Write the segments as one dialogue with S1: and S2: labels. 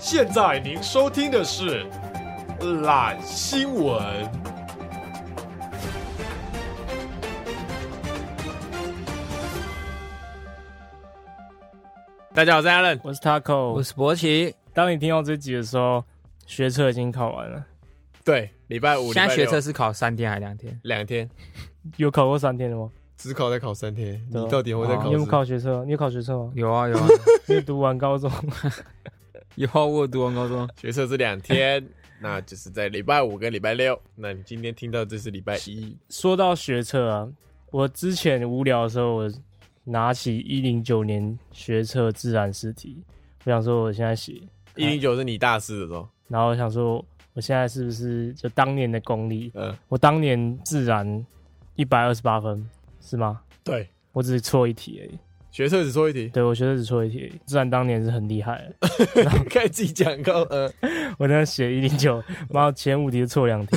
S1: 现在您收听的是《懒新闻》。
S2: 大家好，我是 Alan。
S3: 我是 Taco，
S4: 我是博奇，
S3: 当你听到这集的时候，学车已经考完了，
S2: 对，礼拜五、礼
S4: 现
S2: 拜
S4: 在学
S2: 六
S4: 测是考三天还两天？
S2: 两天，
S3: 有考过三天的吗？
S2: 只考再考三天，
S3: 对啊
S2: 你到底有没有在
S4: 哦？
S2: 考
S3: 你有没有
S2: 试？
S3: 考学车？你有考学车吗
S4: 有啊有啊
S3: 你有读完高中，
S4: 有啊，我有读完高中，
S2: 学测是两天， 那就是在礼拜五跟礼拜六。那你今天听到这是礼拜一，
S3: 说到学车啊，我之前无聊的时候，我拿起一零九年学测自然试题，我想说我现在写，
S2: 一零九是你大四的时候，
S3: 然后我想说我现在是不是就当年的功力？
S2: 嗯，
S3: 我当年自然一百二十八分是吗？
S2: 对，
S3: 我只是错一题而已，
S2: 学测只说一题，
S3: 对我学测只错一题而已，自然当年是很厉害的。
S2: 开始自己讲高，呃，
S3: 我那写一零 九，妈的前五题就错两题，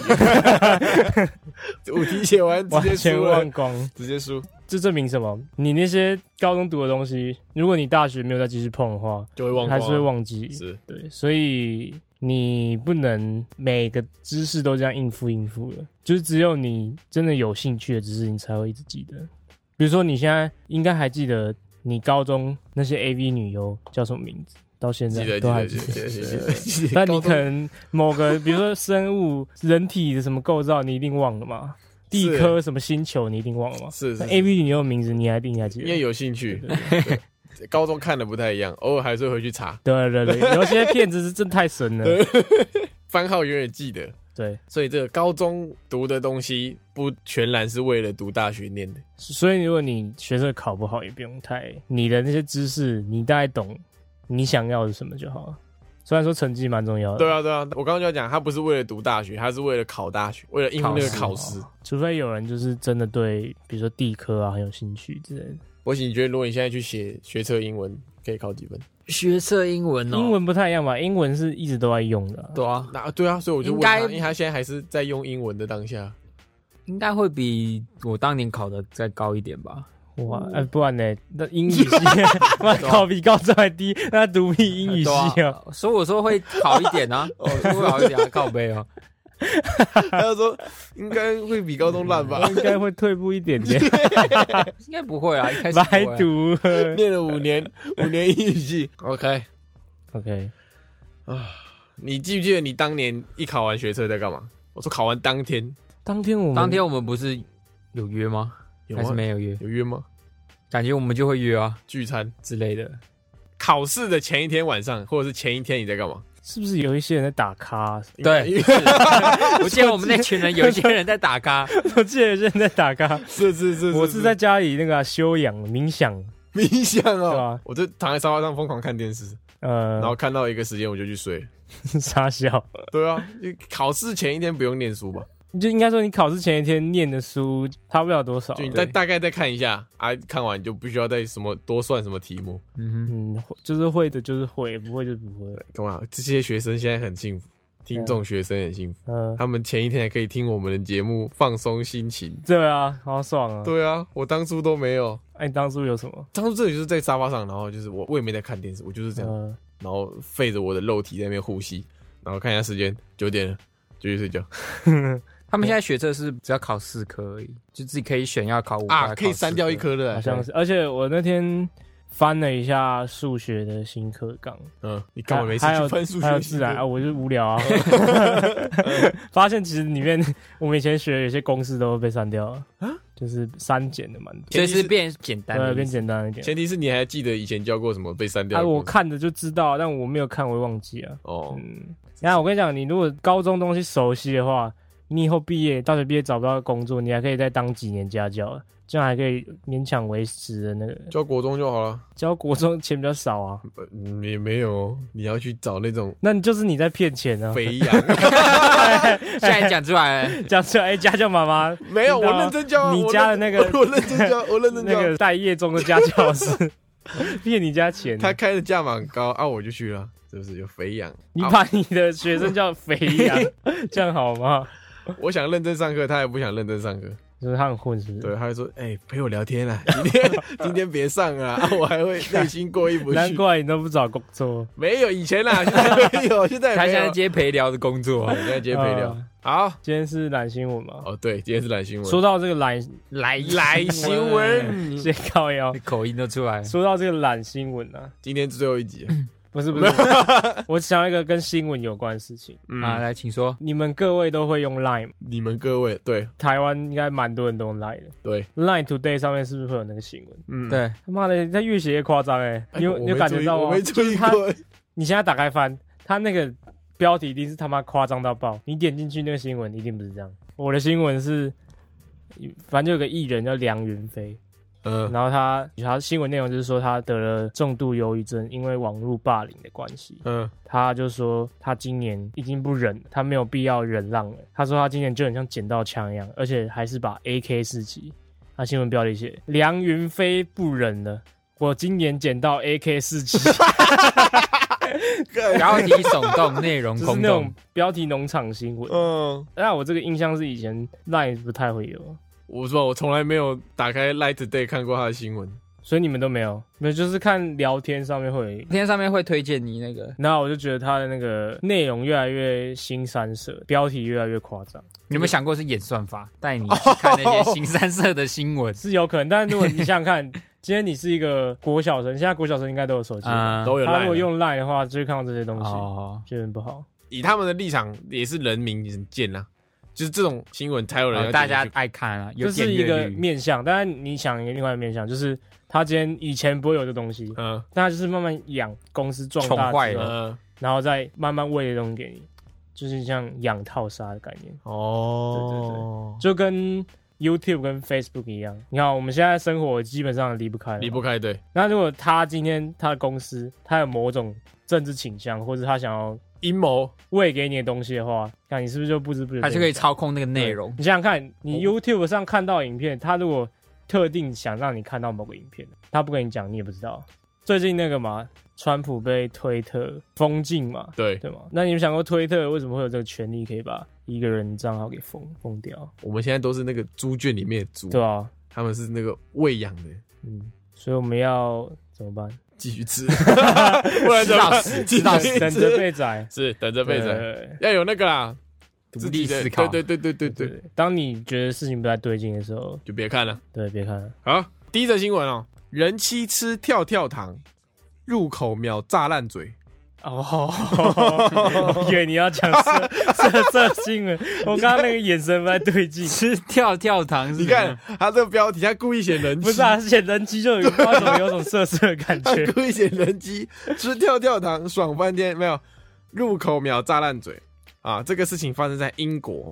S2: 五题写完 直
S3: 完
S2: 接
S3: 全
S2: 输了
S3: 忘，光。
S2: 直接输
S3: 这证明什么？你那些高中读的东西，如果你大学没有再继续碰的话，
S2: 就会忘光，啊
S3: 还是会，忘记。
S2: 是
S3: 对，所以你不能每个知识都这样应付应付的，就是只有你真的有兴趣的知识，你才会一直记得。比如说，你现在应该还记得你高中那些 A V 女优叫什么名字，到现
S2: 记
S3: 在
S2: 得记
S3: 都还
S2: 得
S3: 记
S2: 记
S3: 得。
S2: 得记得记得。
S3: 但你
S2: 高中
S3: 可能某个，比如说生物、人体的什么构造，你一定忘了嘛？地
S2: 是
S3: 科什么星球，你一定忘了嘛？
S2: 是是
S3: 那
S2: 是
S3: A B 你有名字，你还一定还记
S2: 因为
S3: 得？
S2: 有兴趣
S3: 对，
S2: 对高中看的不太一样，偶尔还是会回去查，
S3: 对对对，有些片子是真太 神了。
S2: 番号永远记得。
S3: 对，
S2: 所以这个高中读的东西不全然是为了读大学念的，
S3: 所以如果你学测考不好，也不用太你的那些知识，你大概懂你想要的什么就好了。虽然说成绩蛮重要的，
S2: 对，啊对啊，我刚刚就要讲，他不是为了读大学，他是为了考大学，为了应付那个考
S4: 考
S2: 试。
S3: 除非有人就是真的对，比如说地科啊很有兴趣之类的。
S2: 博喜，你觉得如果你现在去写学测英文，可以考几分？
S4: 学测英文哦，
S3: 英文不太一样吧？英文是一直都在用的啊、
S4: 对啊，
S2: 那对啊，所以我就问
S4: 应
S2: 他，
S4: 该
S2: 因为他现在还是在用英文的当下，
S4: 应该会比我当年考的再高一点吧？
S3: 哇，呃、不然呢？那英语系， 那考比高中还低，那独立英语系
S4: 对
S3: 啊。，
S4: 啊，所以我说会好一点啊， 哦，会好一点啊，靠背哦，
S2: 他就说应该会比高中烂吧
S4: 啊
S3: 应该会退步一点 点，
S4: 应该不会 啊，一开始不
S3: 白
S4: 会啊。
S3: 读。
S2: 念了五年，五年英语系。OK，
S3: OK，
S2: 你记不记得你当年一考完学测在干嘛？我说考完当天
S3: 当天我们
S4: 当天我们不是有约吗？
S2: 有
S4: 还是
S2: 吗？
S4: 没有啊约？
S2: 有约吗？
S4: 感觉我们就会约啊
S2: 聚餐。
S4: 之类 的。
S2: 考试的前一天晚上，或者是前一天你在干嘛？
S3: 是不是有一些人在打卡？
S4: 对，我记得我们那群人有一些人在打卡，
S3: 我记得有些人在打卡，
S2: 是是是，
S3: 我是在家里那个啊、休养冥想，
S2: 冥想
S3: 对啊
S2: 哦，
S3: 吧？
S2: 我就躺在沙发上疯狂看电视，然后
S3: 呃，
S2: 看到一个时间我就去睡。
S3: 傻笑，
S2: 对啊，因为考试前一天不用念书吧？
S3: 就应该说你考试前一天念的书差不了多少
S2: 就。你
S4: 对
S2: 大大概再看一下啊，看完你就不需要再什么多算什么题目。
S4: 嗯
S3: 嗯，会就是会的，就是会，不会就不会。
S2: 干嘛？这些学生现在很幸福，听众学生很幸福，
S3: 嗯、
S2: 他们前一天还可以听我们的节目放松心情。
S3: 对啊，好爽啊！
S2: 对啊，我当初都没有，
S3: 哎、你当初有什么？
S2: 当初这里就是在沙发上，然后就是我我也没在看电视，我就是这样
S3: 呃，
S2: 然后费着我的肉体在那边呼吸，然后看一下时间，九点了，就去睡觉
S4: 哼，他们现在学测是只要考四科而已，就自己可以选要考五科
S2: 啊，
S4: 还是
S2: 可以
S4: 考四
S2: 删掉一颗
S3: 好
S2: 了。
S3: 像是。而且我那天翻了一下数学的新课纲，
S2: 嗯，你干嘛没事
S3: 还
S2: 去
S3: 有
S2: 翻数
S3: 还有
S2: 学系
S3: 自
S2: 的
S3: 然啊，我就无聊 啊。 发现其实里面我们以前学的有些公式都被删掉了，
S2: 啊
S3: 就是删减的蛮多，
S4: 所以是呃变简单
S3: 对，
S4: 了，
S3: 变简单一点。
S2: 前提是你还记得以前教过什么被删掉
S3: 啊，
S2: 的东西？
S3: 我看着就知道，但我没有看，我会忘记啊。
S2: 哦，
S3: 嗯，然后我跟你讲，你如果高中东西熟悉的话，你以后毕业、大学毕业找不到工作，你还可以再当几年家教，这样还可以勉强维持的那个。
S2: 教国中就好了。
S3: 教国中钱比较少 啊，
S2: 呃嗯也没有哦，你要去找那种
S3: 那你就是你在骗钱啊！
S2: 肥羊。
S4: 现在讲出来了，
S3: 讲出来，哎，家教妈妈
S2: 没有，
S3: 你知
S2: 我
S3: 道吗
S2: 认真教啊。
S3: 你
S2: 我
S3: 家的
S2: 认
S3: 那个
S2: 我认真教，我认真
S3: 那
S2: 教。
S3: 个待业中的家教老师 骗你家钱，
S2: 他开的价码很高啊，我就去了，是不是有肥羊？
S3: 你
S2: 啊
S3: 把你的 学生叫肥羊，这样好吗？
S2: 我想认真上课，他也不想认真上课。
S3: 就是他很混，是不是？
S2: 对，他就说：“哎、陪我聊天 啊，今天今天别上啊，啊我还会内心过意不
S3: 难
S2: 去。
S3: 怪你都不找工作。”
S2: 没有以前 啦，现在没有，现在也
S4: 他
S2: 没
S4: 现
S2: 有
S4: 在接陪聊的工作
S2: 我，们现在直接陪聊。好，
S3: 今天是懒新闻嘛？
S2: 哦对，今天是懒新闻，
S3: 啊说到这个懒，
S4: 来
S2: 懒新闻，
S3: 先靠腰
S4: 你。哎
S2: 嗯
S4: 口音都出来了。
S3: 说到这个懒新闻啊，
S2: 今天是最后一集，
S3: 不是不是，我想要一个跟新闻有关的事情。
S2: 嗯，
S4: 啊，来，请说。
S3: 你们各位都会用 Line 吗
S2: 你们各位，对
S3: 台湾应该蛮多人都用 Line 的。
S2: 对，
S3: Line Today 上面是不是会有那个新闻？
S2: 嗯，
S4: 对，
S3: 他妈的，他越写越夸张哎！
S2: 哎，
S3: 你有
S2: 我
S3: 你有
S2: 没
S3: 感
S2: 注
S3: 觉
S2: 意
S3: 到
S2: 我
S3: 吗
S2: 没？注意
S3: 他
S2: 过，
S3: 你现在打开翻，他那个标题一定是他妈夸张到爆。你点进去那个新闻一定不是这样。我的新闻是，反正就有个艺人叫梁云飞，
S2: 嗯
S3: 然后他他新闻内容就是说他得了重度忧郁症，因为网络霸凌的关系，
S2: 嗯，
S3: 他就说他今年已经不忍了，他没有必要忍让了。他说他今年就很像捡到枪一样，而且还是把 AK 四七。他新闻标题写梁云飞不忍了，我今年捡到 AK 四 七，
S4: 标题耸动，内容
S3: 就是
S4: 空
S3: 那种
S4: 洞。
S3: 标题农场新闻。
S2: 嗯，
S3: 那我这个印象是以前 Line 不太会有，
S2: 我说我从来没有打开 Light Day 看过他的新闻，
S3: 所以你们都没有，没有就是看聊天上面会有
S4: 今天上面会推荐你那个，
S3: 然后我就觉得他的那个内容越来越新三色，标题越来越夸张，
S4: 你有没有想过是演算法带你去看那些新三色的新闻
S3: 是有可能。但是如果你想想看， 今天你是一个国小生，现在国小生应该都有手机，
S4: 啊？
S2: 都有
S3: 他如
S2: Line
S3: 果
S2: 了。
S3: 用 Line 的话，就会看到这些东西，
S4: 哦，
S3: 觉得很不好。
S2: 以他们的立场，也是人民很贱啦，就是这种新闻才有人要
S4: 哦
S2: 点
S4: 大家
S2: 进去
S4: 爱看啊，有
S3: 这是
S4: 点
S3: 一
S4: 阅
S3: 个
S4: 率。
S3: 面向，但是你想一个另外一个面向，就是他今天以前不会有这东西，
S2: 嗯
S3: 但他就是慢慢养公司壮大
S4: 宠坏
S3: 之后
S4: 了
S2: 嗯
S3: 然后再慢慢喂东西给你，就是像养套杀的概念。
S2: 哦，
S3: 就跟 YouTube 跟 Facebook 一样，你看我们现在生活基本上离不开了嘛，
S2: 离不开对
S3: 那如果他今天他的公司他有某种政治倾向，或者他想要
S2: 阴谋，
S3: 喂给你的东西的话，那你是不是就不知不觉
S4: 它是可以
S3: 被
S4: 操控那个内容
S3: 对，你想想看，你 YouTube 上看到影片，他如果特定想让你看到某个影片，他不跟你讲，你也不知道。最近那个嘛，川普被推特封禁嘛，
S2: 对
S3: 对吗？那你有想过推特为什么会有这个权利可以把一个人账号给封封掉，
S2: 我们现在都是那个猪圈里面的
S4: 嗯
S2: 猪，
S3: 对啊吧、
S2: 他们是那个喂养的，
S3: 嗯，所以我们要怎么办？
S2: 继续 吃，不然怎么办
S4: 吃到死
S2: 继续
S4: 吃到死
S2: 吃，
S3: 等着 被宰
S2: 是等着被宰，
S3: 对
S2: 要有那个啦，
S4: 独
S2: 自
S4: 立
S2: 己的
S4: 思考。
S2: 对对对对对
S3: 对
S2: 对，
S3: 对。当你觉得事情不太对劲的时候，
S2: 就别看了。
S3: 对，别看了。
S2: 好，第一则新闻哦，人妻吃跳跳糖，入口秒炸烂嘴。
S3: 哦，我 以为你要讲 色色色新闻，我刚刚那个眼神不太对劲。
S4: 吃跳跳糖是什么，
S2: 你看他这个标题，他故意写人机，
S3: 嗯不是啊，显人机就有不知道怎么有种色色的感
S2: 他
S3: 觉
S2: 。故意写人机，吃跳跳糖爽翻天，没有入口秒炸烂嘴啊！这个事情发生在英国哦，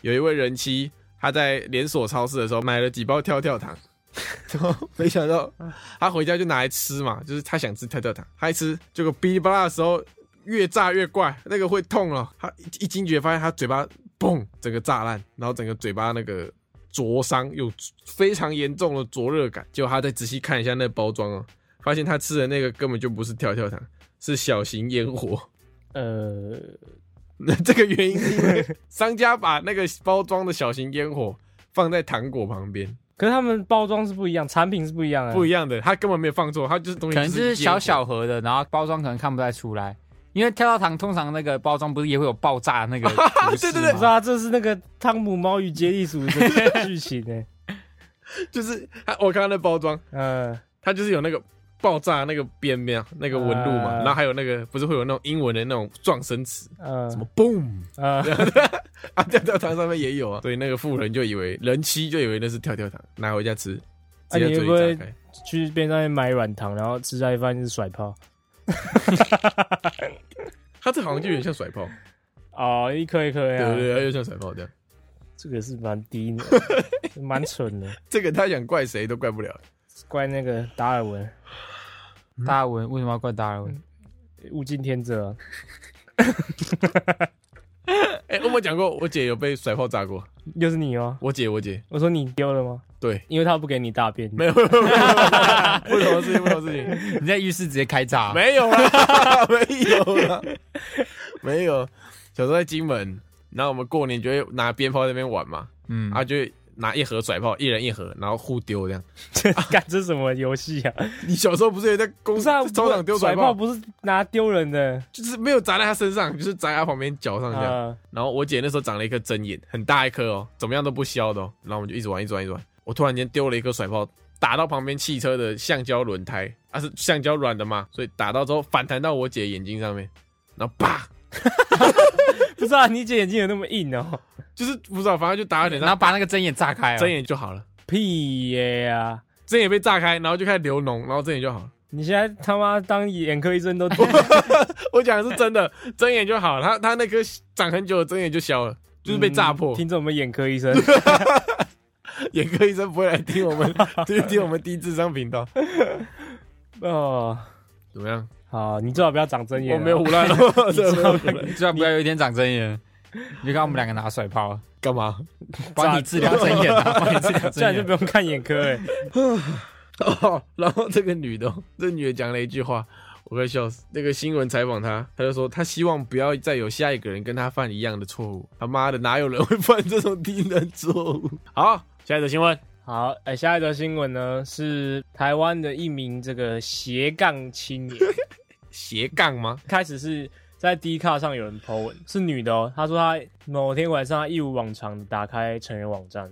S2: 有一位人妻，她在连锁超市的时候买了几包跳跳糖， 然后没想到她回家就拿来吃嘛，就是她想吃跳跳糖，她一吃，结果哔哩吧啦的时候越炸越怪，那个会痛了，她一一惊觉发现她嘴巴嘣整个炸烂，然后整个嘴巴那个灼伤，有非常严重的灼热感。结果他再仔细看一下那包装哦，发现他吃的那个根本就不是跳跳糖，是小型烟火。
S3: 呃，
S2: 那这个原因是因为商家把那个包装的小型烟火放在糖果旁边，
S3: 可是他们包装是不一样，产品是不一样的。啊
S2: 不一
S3: 样，
S2: 样的，他根本没有放错，他就是东西
S4: 可能就是小
S2: 烟
S4: 小盒的，然后包装可能看不太出来，因为跳跳糖通常那个包装不是也会有爆炸那个图 示
S2: 对
S4: 吗？
S2: 对
S3: 不是啊，这是那个汤姆猫与杰利鼠的 剧情欸呢。
S2: 火，就是他我看到那包装，
S3: 嗯，
S2: 它就是有那个。爆炸那个边边啊那个纹路嘛，
S3: 呃
S2: 然后还有那个不是会有那种英文的那种撞声词，
S3: 呃，
S2: 什么 boom
S3: 呃，
S2: 啊，跳跳糖上面也有啊，所以那个富人就以为人妻就以为那是跳跳糖，拿回家吃，直接
S3: 你
S2: 嘴
S3: 会不会
S2: 里炸开。
S3: 去便当店买软糖，然后吃到一半就是甩 炮。
S2: 他这好像就有点像甩炮，
S3: 哦，一颗一颗
S2: 对
S3: 呀，
S2: 对对，啊他又像甩炮这样。
S3: 这个是蛮低 能，蛮蠢的，
S2: 这个他想怪谁都怪不了，
S3: 怪那个达尔文嗯
S4: 达尔文为什么要怪达尔文？
S3: 物竞天择啊、
S2: 哎、我有讲过，我姐有被甩炮炸过。
S3: 又是你哦。
S2: 我姐，我姐，
S3: 我说你丢了吗？
S2: 对，
S3: 因为他不给你大便，
S2: 没有，没有， 没有，不同事情，不同事情，
S4: 你在浴室直接开炸？啊
S2: 没有啊啦，没有啦， 没有。小时候在金门，然后我们过年就会拿鞭炮在那边玩嘛，
S4: 嗯，
S2: 啊，就会拿一盒甩炮，一人一盒，然后互丢这样。
S3: 干 这什么游戏 啊？
S2: 你小时候不是也在公
S3: 不是啊，
S2: 操场丢
S3: 甩
S2: 甩炮，
S3: 不是拿丢人的
S2: 就是没有砸在他身上，就是砸在他旁边脚上这样。
S3: 啊！
S2: 然后我姐那时候长了一颗针眼，很大一颗哦，怎么样都不消的、哦。然后我们就一直玩，一直玩，一直玩。我突然间丢了一颗甩炮，打到旁边汽车的橡胶轮胎，啊是橡胶软的嘛，所以打到之后反弹到我姐眼睛上面，然后啪，
S3: 不知道你姐眼睛有那么硬哦？
S2: 就是不知道，反正就打到脸
S3: 哎
S4: 然后
S2: 上，
S4: 把那个针眼炸开、哦，
S2: 针眼就好了，
S3: 屁耶呀！
S2: 针眼被炸开，然后就开始流脓，然后针眼就好了。
S3: 你现在他妈当眼科医生 都
S2: 我讲的是真 的，针眼就好了，他他那颗长很久的针眼就消了，就是被炸破。
S3: 嗯听着我们眼科 医生，
S2: 眼科医生不会来听我 们，就是听我们低智商频道，
S3: 哦，
S2: 怎么样？
S3: 好，你最好不要长针眼
S2: 我
S3: 啊。
S2: 没有胡乱了，真的没有胡乱
S4: 哎你最好不要有一天长针眼。你就看我们两个拿甩 炮，啊
S2: 干嘛？
S4: 帮你治疗针眼啊，帮你治疗
S3: 这
S4: 针
S3: 样就
S4: 眼
S3: 不。用看眼科哎。
S2: 哦， 然后这个女的，这女的讲了一句话，我快笑死。那个新闻采访她，她就说她希望不要再有下一个人跟她犯一样的错误。他妈的，哪有人会 犯这种低能错误？好，下一则新闻，
S3: 好，哎、下一则新闻呢是台湾的一名这个斜杠青 年，
S2: 斜杠吗？
S3: 开始是在 D 卡上有人 po 文，是女的哦，她说她某天晚上她一如往常地打开成人网 站，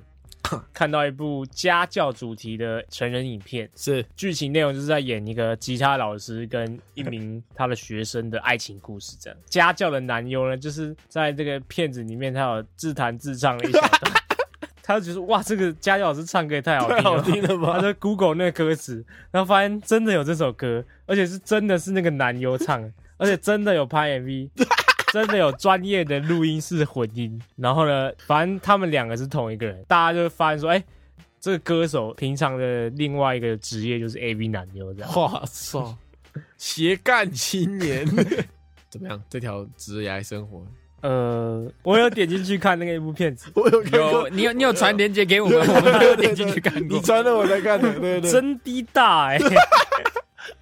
S3: 看到一部家教主题的成人影片，
S2: 是
S3: 剧情内容就是在演一个吉他老师跟一名他的学生的爱情故事，这样家教的男优呢，就是在这个片子里面，他有自弹自唱了一小 段，他就觉得哇，这个家教老师唱歌也太好听
S2: 太
S3: 了，
S2: 好听了
S3: 他
S2: 吧？
S3: 就 Google 那个歌词，然后发现真的有这首歌，而且是真的是那个男优唱的，而且真的有 拍 MV，真的有专业的录音室混音。然后呢，反正他们两个是同一个人，大家就发现说，哎、这个歌手平常的另外一个职业就是 AV 男优这样。
S2: 哇操，斜杠青年 怎么样？这条职涯生活，
S3: 呃，我有点进去看那个一部片子，
S2: 我有看
S4: 有
S2: 过，
S4: 你有你有传链接给我们，我们都有点进去看过
S2: 你。穿了我才看的，对对对，啊
S3: 真滴大哎、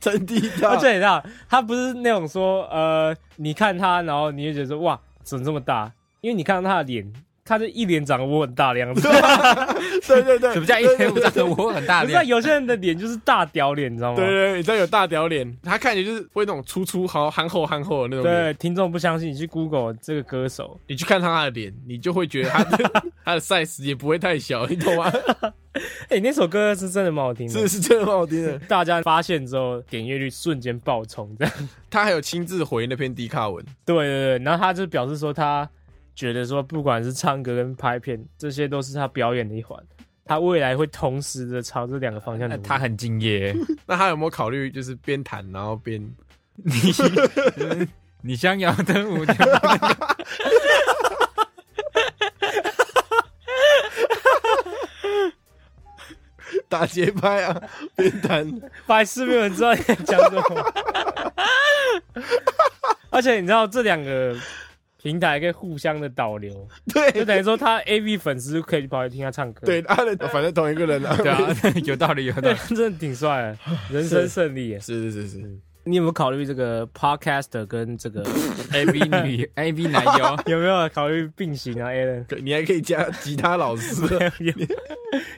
S2: 真滴答
S3: 而且你知道，他不是那种说，呃，你看他，然后你就觉得说，哇，怎么这么大？因为你看到他的脸，他就一脸长得我很大的样子。
S2: 对对 对，
S4: 什么叫一天五张的我很大
S3: 你知道
S4: 脸？
S3: 有些人的脸就是大屌脸，你知道吗？
S2: 对对对，你知道有大屌脸，他看起来就是会那种粗粗好憨厚憨厚的那种脸。
S3: 对，听众不相信，你去 Google 这个歌手，
S2: 你去看他的脸，你就会觉得他的 他的 size 也不会太小，你懂吗？
S3: 哎、那首歌是真的蛮好听
S2: 是
S3: 的。
S2: 是 真的蛮好听的。
S3: 大家发现之后，点阅率瞬间爆冲，这样。
S2: 他还有亲自回那篇低卡文，
S3: 对对对，然后他就表示说，他觉得说，不管是唱歌跟拍片，这些都是他表演的一环，他未来会同时的朝这两个方向努
S4: 那
S3: 力。
S4: 他很敬 业。
S2: 那他有没有考虑就是边弹然后边
S4: 你想要的舞，
S2: 打节拍啊， 边弹？
S3: 白痴没有人知道你在讲什么。 而且你知道这两个平台可以互相的导流，就
S2: 对
S3: 等于说他 A V 粉丝可以跑来听他唱歌，
S2: 对，，他的反正同一个人啊。
S4: 对啊，有道理，有道
S3: 对
S4: 理。，
S3: 真的挺帅的，人生胜 利耶。
S2: 是是是是，
S3: 你有没有考虑这个 podcast 跟这个
S4: A B 女，A B 男优
S3: ，有没有考虑并行啊，Alan？
S2: 可你还可以加吉他老 师，啊
S3: 有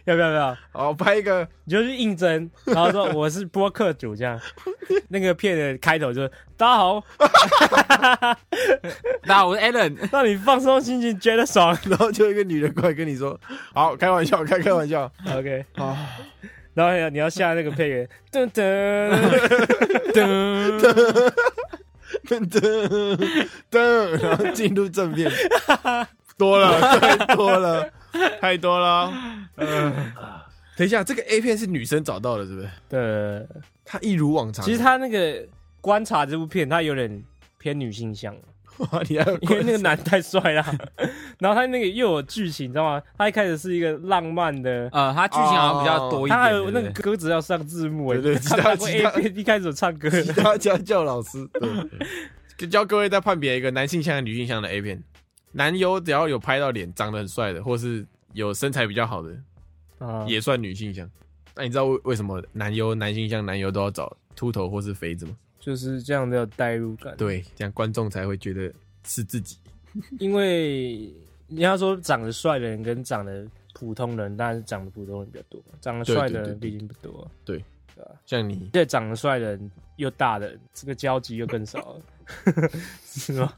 S3: 要不要？要不要？
S2: 好拍一个
S3: 你就去应征，然后说我是播客主 这样。那个片的开头就是大家好，
S4: 那我是 Alan，
S3: 让你放松心情，觉得爽。
S2: 然后就有一个女的过来跟你说：“好，开玩笑，开开玩笑。
S3: OK。
S2: 啊
S3: 然后你要你要下那个配乐，噔噔噔，”
S2: 噔噔噔，然后进入正片，多了，太多了，太多了。呃等一下，这个 A 片是女生找到的，是不是？
S3: 对，
S2: 她一如往常。
S3: 其实他那个观察这部片，他有点偏女性向，
S2: 哇你还有
S3: 因为那个男太 帅啦。然后他那个又有剧情，你知道吗？他一开始是一个浪漫的，
S4: 呃，他剧情好像比较多一点。
S3: 哦他还有
S4: 对
S3: 那个
S4: 不对
S3: 歌词要上字幕，
S2: 对对
S3: 哎看到过
S2: 其
S3: A
S2: 他
S3: 片一开始有唱歌，
S2: 吉他家教老师， 对教各位在判别一个男性向和女性向的 A 片。男优只要有拍到脸长得很帅的，或是有身材比较好的，
S3: 啊
S2: 也算女性向。那你知道为为什么男优、男性向男优都要找秃头或是肥子吗？
S3: 就是这样的有代入感。
S2: 对，这样观众才会觉得是自己。
S3: 因为你要说长得帅的人跟长得普通人，当然是长得普通人比较多嘛，长得
S2: 对
S3: 帅
S2: 对
S3: 的
S2: 对
S3: 人
S2: 对
S3: 毕竟不多，
S2: 像你，
S3: 对，长得帅的人又大的人，这个交集又更少 了，是吗？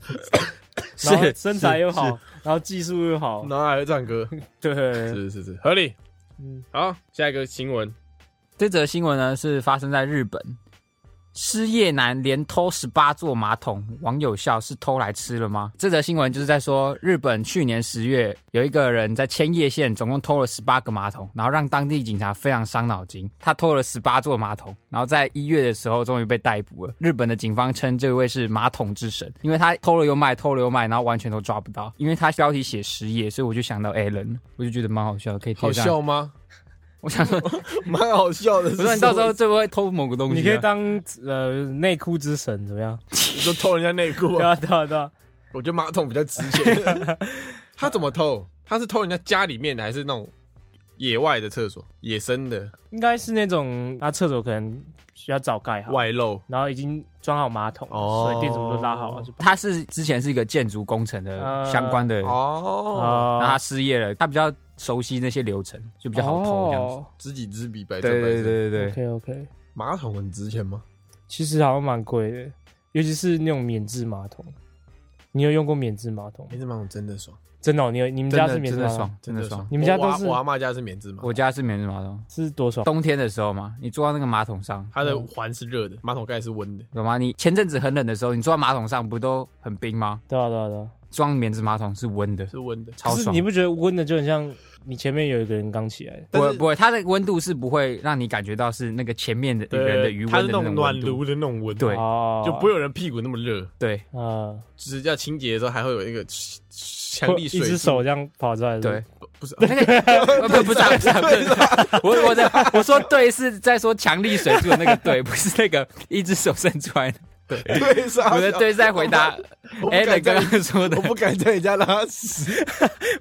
S2: 是
S3: 然后身材
S2: 是
S3: 又
S2: 是
S3: 好，嗯然后技术又好
S2: 然，后还会唱歌，
S3: 对，
S2: 是是是，合理。
S3: 嗯，
S2: 好，下一个新闻，
S4: 这则新闻呢是发生在日本，失业男连偷十八座马桶，网友笑是偷来吃了吗？这则新闻就是在说，日本去年十月有一个人在千叶县总共偷了十八个马桶，然后让当地警察非常伤脑筋。他偷了十八座马桶，然后在一月的时候终于被逮捕了。日本的警方称这位是马桶之神，因为他偷了又卖，偷了又卖，然后完全都抓不到。因为他标题写失业，所以我就想到 Alan，我就觉得蛮好笑的，可以
S2: 好
S4: 贴上。
S2: 笑吗？
S4: 我想说，
S2: 蛮好笑的。
S4: 不是你到时候这会偷某个东西、啊？
S3: 你可以当呃内裤之神怎么 样？
S2: 你就偷人家内裤
S3: 对
S2: 啊？
S3: 啊，对啊，对啊，
S2: 我觉得马桶比较值钱。 他怎么偷？他是偷人家家里面的，还是那种野外的厕所、野生的
S3: 应该是那种他厕所可能需要早盖好，
S2: 外露？
S3: 然后已经装好马桶，
S2: 哦
S3: 水电什么都拉好了，是吧？
S4: 他是之前是一个建筑工程的
S3: 呃
S4: 相关的，然
S2: 哦，
S4: 后他
S3: 啊，
S4: 失业了，他比较熟悉那些流程，就比较好偷这样子。
S2: 知己知彼，百战
S4: 对
S2: 百
S4: 对
S2: 胜。
S4: 对对对，
S3: 哦 OK OK，
S2: 马桶很值钱吗？
S3: 其实好像蛮贵的，尤其是那种免治马桶。你有用过免治马桶吗？
S2: 免治哎马桶真的爽，
S3: 真的哦、你有你们
S4: 真
S3: 家是
S4: 的
S3: 免
S4: 真
S3: 治
S4: 的
S3: 马桶？
S4: 爽，真的爽。
S3: 你们家
S2: 我
S3: 都
S2: 阿
S3: 是
S2: 我阿妈家是免治马桶
S4: 我，家是免治马桶，
S3: 是多爽？
S4: 冬天的时候嘛，你坐到那个马桶上，
S2: 它
S3: 嗯
S2: 的环是热的，马桶盖是温的。
S4: 懂吗？你前阵子很冷的时候，你坐在马桶上不都很冰吗？
S3: 对啊，对啊，对啊。
S4: 装免治马桶是温的，
S2: 是温的，
S4: 超
S3: 可是
S4: 爽
S3: 你。不觉得温的就很像你前面有一个人刚起来？
S4: 不
S2: 但
S4: 会
S2: 是
S4: 不会，它的温度是不会让你感觉到是那个前面的人的余温
S2: 它
S4: 的
S2: 是那种暖
S4: 温度，
S2: 炉的那种温，
S4: 对
S3: 哦，
S2: 就不会有人屁股那么热，
S4: 对
S3: 啊，
S2: 就是要清洁的时候还会有一个嘘嘘强力
S3: 一
S2: 水
S3: 只
S2: 柱，
S3: 手这样跑出来，
S4: 对，，
S2: 不是
S4: 那个不不是啊不是啊不是啊， 我我在我说对是在说强力水柱的那个对，不是那个一只手伸出来的。
S2: 对是啊
S4: 我的对是在回答
S2: 我不
S4: a l a
S2: 敢
S4: 刚
S2: 在
S4: 刚说的
S2: 我，不敢在你家拉屎，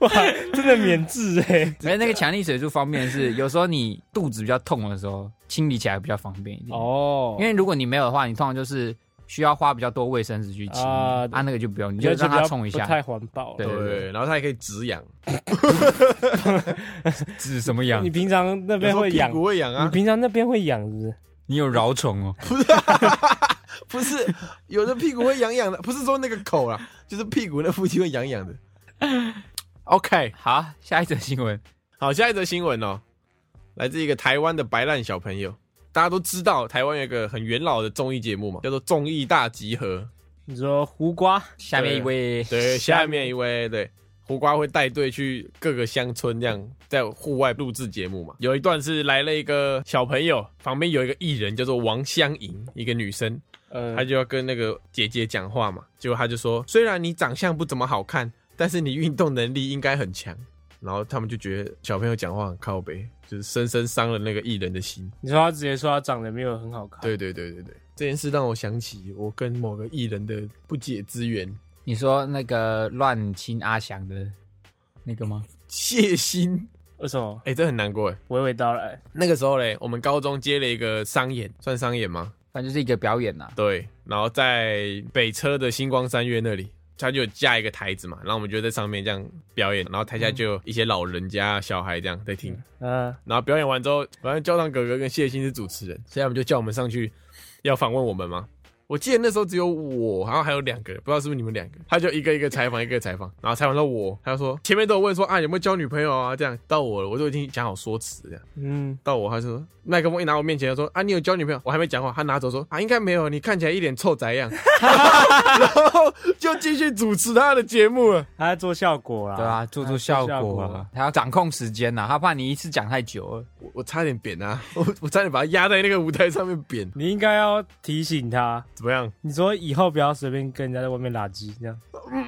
S3: 哇，真的免治 哎、
S4: 没有那个强力水柱方面是有时候你肚子比较痛的时候清理起来比较方便一点。哦，
S3: 哦
S4: 因为如果你没有的话，你通常就是需要花比较多卫生纸去清
S3: 啊
S4: 啊，那个就不用，你
S3: 你
S4: 就让它冲一
S3: 不
S4: 下。
S3: 太环保啊了。
S4: 对
S2: 对，然后它还可以止痒，
S4: 指什么痒
S3: 你？平常那
S2: 那
S3: 边会痒，
S2: 屁股会痒
S3: 你
S2: 啊，
S3: 平常那边会痒是不是？
S4: 你有饶虫哦，
S2: 不是有的屁股会痒痒的，不是说那个口啦，就是屁股那附近会痒痒的。OK，
S4: 好，下一则新闻，
S2: 好，下一则新闻哦，来自一个台湾的白烂小朋友。大家都知道，台湾有一个很元老的综艺节目嘛，叫做《综艺大集合》。
S3: 你说胡瓜
S4: 下面一位
S2: 对， 下面一位对胡瓜会带队去各个乡村，这样在户外录制节目嘛。有一段是来了一个小朋友，旁边有一个艺人叫做王香莹，一个女生，
S3: 呃
S2: 她就要跟那个姐姐讲话嘛。结果她就说，虽然你长相不怎么好看，但是你运动能力应该很强。然后他们就觉得小朋友讲话很靠北，就是深深伤了那个艺人的心。
S3: 你说他直接说他长得没有很好看，
S2: 对对对对对，这件事让我想起我跟某个艺人的不解之缘。
S4: 你说那个乱亲阿翔的那个吗？
S2: 谢欣，
S3: 为什么
S2: 哎、这很难过哎。
S3: 娓娓道来？
S2: 那个时候嘞，我们高中接了一个商演，算商演吗？
S4: 反正就是一个表演啊呐。
S2: 对，然后在北车的星光三月那里，他就有架一个台子嘛，然后我们就在上面这样表演，然后台下就有一些老人家、小孩这样在听，
S3: 嗯、
S2: 然后表演完之后，反正教堂哥哥跟谢欣是主持人，所以他们就叫我们上去要访问我们嘛。我记得那时候只有我，然后还有两个人，不知道是不是你们两个。他就一个一个采访，一个一个采访，然后采访到我，他就说前面都有问说啊有没有交女朋友啊这样，到我了，我都已经讲好说辞这样。
S3: 嗯，
S2: 到我，他就说麦克风一拿我面前，他说啊，你有交女朋友？我还没讲话，他拿走说啊，应该没有，你看起来一脸臭宅样， 然后就继续主持他的节目了。
S3: 他在做效果啦，
S4: 对啊，做出
S3: 做
S4: 效
S3: 效
S4: 果
S3: 果
S4: 啊，他要掌控时间呐、他怕你一次讲太 久了。
S2: 我我差点扁啊， 我我差点把他压在那个舞台上面扁，
S3: 你应该要提醒他，
S2: 怎么样？
S3: 你说以后不要随便跟人家在外面拉鸡，这样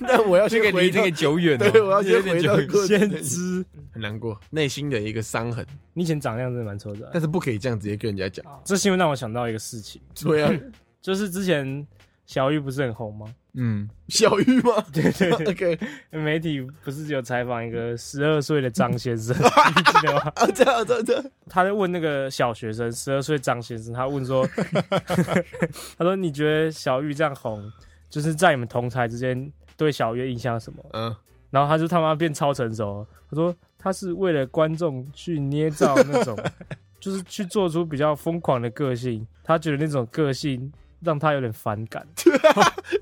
S2: 那我要
S4: 这
S2: 去
S4: 个
S2: 回
S4: 离
S2: 到
S4: 这个，久 远
S2: 对我要
S4: 哦，
S2: 先回到过去
S3: 先啊知。
S2: 很难过，内心的一个伤痕，
S3: 你以前长那样真的蛮丑的啊、
S2: 但是不可以这样直接跟人家讲。
S3: 这新闻让我想到一个事情，
S2: 对啊，
S3: 就是之前小玉不是很红吗？
S4: 嗯，
S2: 小玉吗？
S3: 对对 对
S2: OK，
S3: 媒体不是有采访一个十二岁的张 先生，你记得吗？
S2: 啊，这样这样这样，
S3: 他在问那个小学生，十二岁张先生，他问说， 他说你觉得小玉这样红，就是在你们同台之间对小玉印象是什么？
S2: 嗯，
S3: 然后他就他妈变超成熟了，他说他是为了观众去捏造那 种，就是去做出比较疯狂的个性，他觉得那种个性让他有点反感。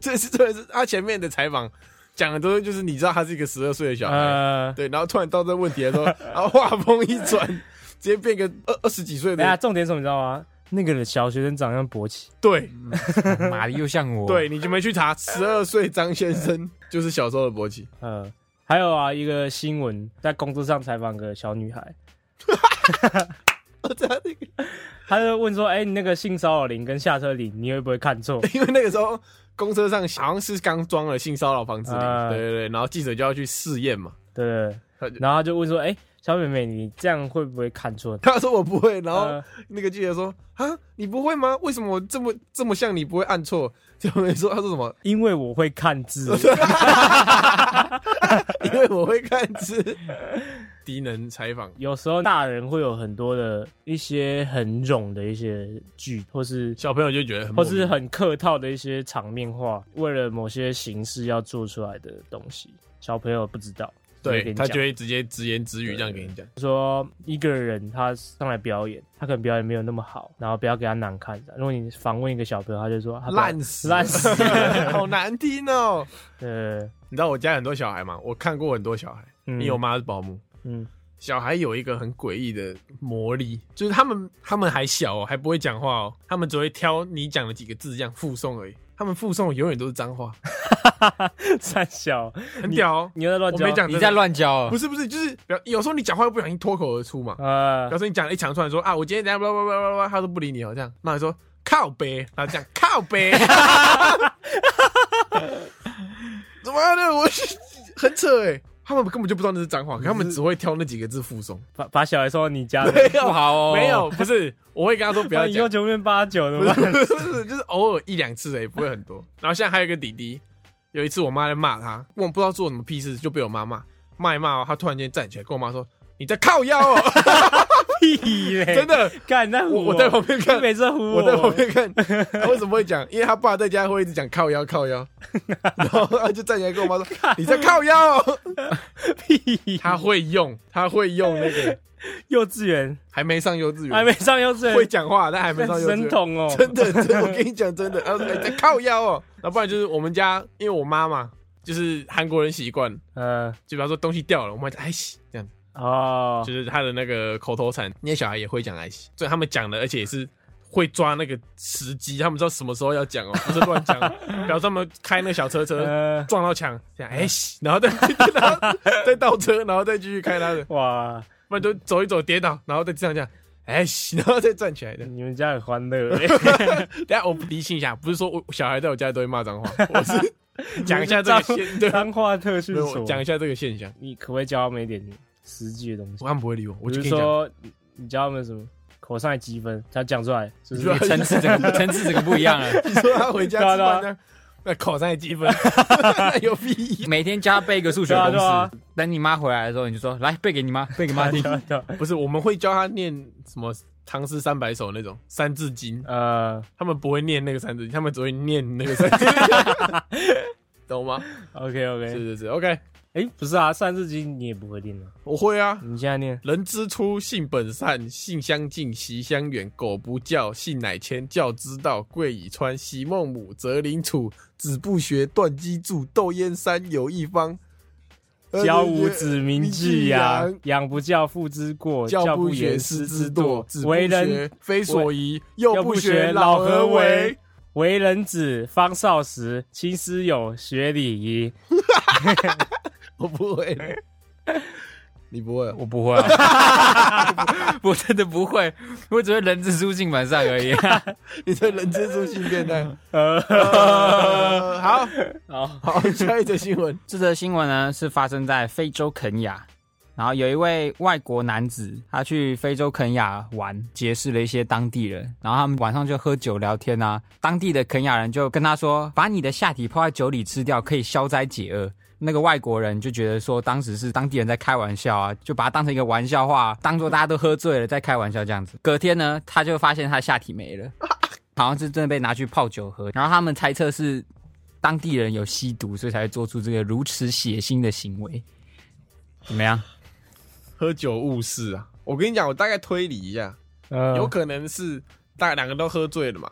S2: 这是这是他前面的采访讲的都是，就是你知道他是一个十二岁的小孩，
S3: 呃，
S2: 对，然后突然到这问题的时候，然后画风一转，直接变个二二十几岁
S3: 哎呀，
S2: 的，
S3: 重点是什么你知道吗？那个小学生长相勃起，
S2: 对
S4: 妈的，又像 我。
S2: 对，你就没去查，十二岁张先生就是小时候的勃起，
S3: 呃，还有啊，一个新闻在工作上采访个小女孩，
S2: 我知道啊那个，
S3: 他就问说：“哎、你那个性骚扰铃跟下车铃，你会不会看错
S2: 因为那个时候公车上好像是刚装了性骚扰防治铃，
S3: 啊
S2: 对对对，然后记者就要去试验嘛，？”
S3: 对对
S2: 他
S3: 对。然后他就问说：“哎、小妹妹，你这样会不会看错
S2: 他说我不会，？”然后
S3: 呃，
S2: 那个记者说：“啊，你不会吗？为什么我这么这么像你不会按错？” 就没说他说什么，
S3: 因为我会看字。
S2: 因为我会看字。低能采访，
S3: 有时候大人会有很多的一些很冗的一些剧，或是
S2: 小朋友就觉得很
S3: 或是很客套的一些场面话，为了某些形式要做出来的东西，小朋友不知道。所
S2: 对
S3: 以
S2: 他
S3: 跟你
S2: 就
S3: 讲
S2: 会直接直言直语这样给你讲。
S3: 说一个人他上来表演，他可能表演没有那么好，然后不要给他难看。如果你访问一个小朋友，他就说他表
S2: 烂死
S3: 烂死。
S2: 好难听哦！
S3: 呃，
S2: 你知道我家很多小孩吗？我看过很多小孩，
S3: 嗯
S2: 因为我妈是保姆。
S3: 嗯，
S2: 小孩有一个很诡异的魔力，就是他们他们还小哦，还不会讲话哦，他们只会挑你讲的几个字这样附送而已。他们附送永远都是脏话，
S3: 三小，
S2: 很屌哦！
S3: 你又在乱
S2: 我
S3: 讲，
S2: 没讲，
S4: 你在乱教哦
S2: 不，是不是，就是表有时候你讲话又不小心脱口而出嘛。
S3: 啊
S2: 比方说你讲了一长串说啊，我今天等一下叭叭叭叭叭，他都不理你哦，这样，那你说靠背，他这样靠背，怎么的？我是很扯哎、他们根本就不知道那是脏话，可他们只会挑那几个字附送。
S3: 把把小孩送到你家的，
S2: 没
S4: 不
S2: 有，
S4: 好哦。
S2: 没有，不是，我会跟他说 不
S3: 不
S2: 要
S3: 然以后
S2: 讲，
S3: 九变八 九的
S2: 不是
S3: 嘛。
S2: 不是不是，就是偶尔一两次哎，不会很多。然后现在还有一个弟弟，有一次我妈在骂他，我不知道做什么屁事，就被我妈骂，骂一骂哦，他突然间站起来跟我妈说：“你在靠腰哦。”
S3: 屁嘞！
S2: 真，的，
S3: 干你在唬
S2: 我我在旁边看
S3: 你，每次哦唬
S2: 哎我在旁边看，他为什么会讲？因为他爸在家会一直讲靠腰靠腰， 然后他就站起来跟我妈说：“你在靠腰、哦。
S3: 屁”，
S2: 他会用，他会用那个，
S3: 幼稚 园
S2: 还没上幼稚园，
S3: 还没上幼稚园，
S2: 会讲话，但还没上幼稚
S3: 神
S2: 园。
S3: 童哦，
S2: 真的， 真的，我跟你讲，真的，他说哎在靠腰哦。那不然就是我们家，因为我妈嘛，就是韩国人习惯，
S3: 嗯
S2: 就比方说东西掉了，我们会讲哎洗这样子，
S3: 哦，
S2: 就是他的那个口头禅，那些小孩也会讲哎洗，所以他们讲的，而且也是会抓那个时机，他们知道什么时候要 讲哦，不是乱讲。比方说他们开那个小车 车
S3: 呃，
S2: 撞到墙，这样哎 洗，然后再然后再倒车，然后再继续开他的，
S3: 哇，
S2: 不然就走一走跌倒，然后再这样这样哎洗，然后再站起来的。
S3: 你们家很欢乐，
S2: 等一下我理清一下，不是说我小孩在我家都会骂脏话，我是 讲一下这个 现对，
S3: 脏话特训
S2: 没有
S3: 所
S2: 我，讲一下这个现象，
S3: 你可不可以教他们一点实际的东西？
S2: 他们不会理我，我
S3: 比
S2: 就跟
S3: 如
S2: 你讲，
S3: 说，你你教他们什么口上来积分，他讲出来就
S2: 你
S3: 是
S2: 说
S4: 层 次整个层次整个不一样了。
S2: 你说他回家吃
S3: 对啊
S2: 饭
S3: 对
S2: 呢，那考上积 分，那有屁用？
S4: 每天教他背一个数学
S3: 对啊
S4: 公
S3: 对啊
S4: 式，等你妈回来的时候，你就说来背给 你妈，背 给妈听。
S2: 不是，我们会教他念什么《唐诗三百首》那种《三字经》，
S3: 呃
S2: 他们不会念那个《三字经》，他们只会念那个《三字经》， 懂吗？
S3: ，OK
S2: 是
S3: OK，
S2: 是是，OK，
S3: 哎，不是啊，三字经你也不会念啊，
S2: 我会啊。
S3: 你现在念
S2: 人之初，性本善，性相近，习相远。苟不教，性乃迁。教之道，贵以专。昔孟母，择邻处。子不学，断机杼。窦燕山有一方。
S3: 教无子民
S2: 俱
S3: 俱
S2: 扬
S3: 扬，养不教父之过，
S2: 教不
S3: 不
S2: 学，
S3: 严
S2: 师
S3: 之
S2: 之惰。子
S3: 惰。
S2: 不
S3: 为
S2: 学
S3: 人，
S2: 非所宜。 幼
S3: 幼
S2: 不
S3: 不
S2: 学，
S3: 学
S2: 老
S3: 老
S2: 何
S3: 何
S2: 为
S3: 为？为人子，方少时，亲师友，学礼仪。
S2: 我不会， 你不会？
S4: 我不会、啊，我真的 不会，我只会人之初性本善而已。
S2: 你这人之初性变 态。
S3: 呃，
S2: 呃好
S4: 好，
S2: 好，下一则新闻。
S4: 这则新闻呢是发生在非洲肯雅，然后有一位外国男子，他去非洲肯雅玩，结识了一些当地人，然后他们晚上就喝酒聊天啊，当地的肯雅人就跟他说，把你的下体泡在酒里吃掉，可以消灾解厄。那个外国人就觉得说，当时是当地人在开玩笑啊，就把它当成一个玩笑话，当做大家都喝醉了在开玩笑这样子。隔天呢，他就发现他的下体没了，好像是真的被拿去泡酒喝。然后他们猜测是当地人有吸毒，所以才会做出这个如此血腥的行为。怎么样？
S2: 喝酒误事啊！我跟你讲，我大概推理一下，
S3: 呃，
S2: 有可能是大两个都喝醉了嘛，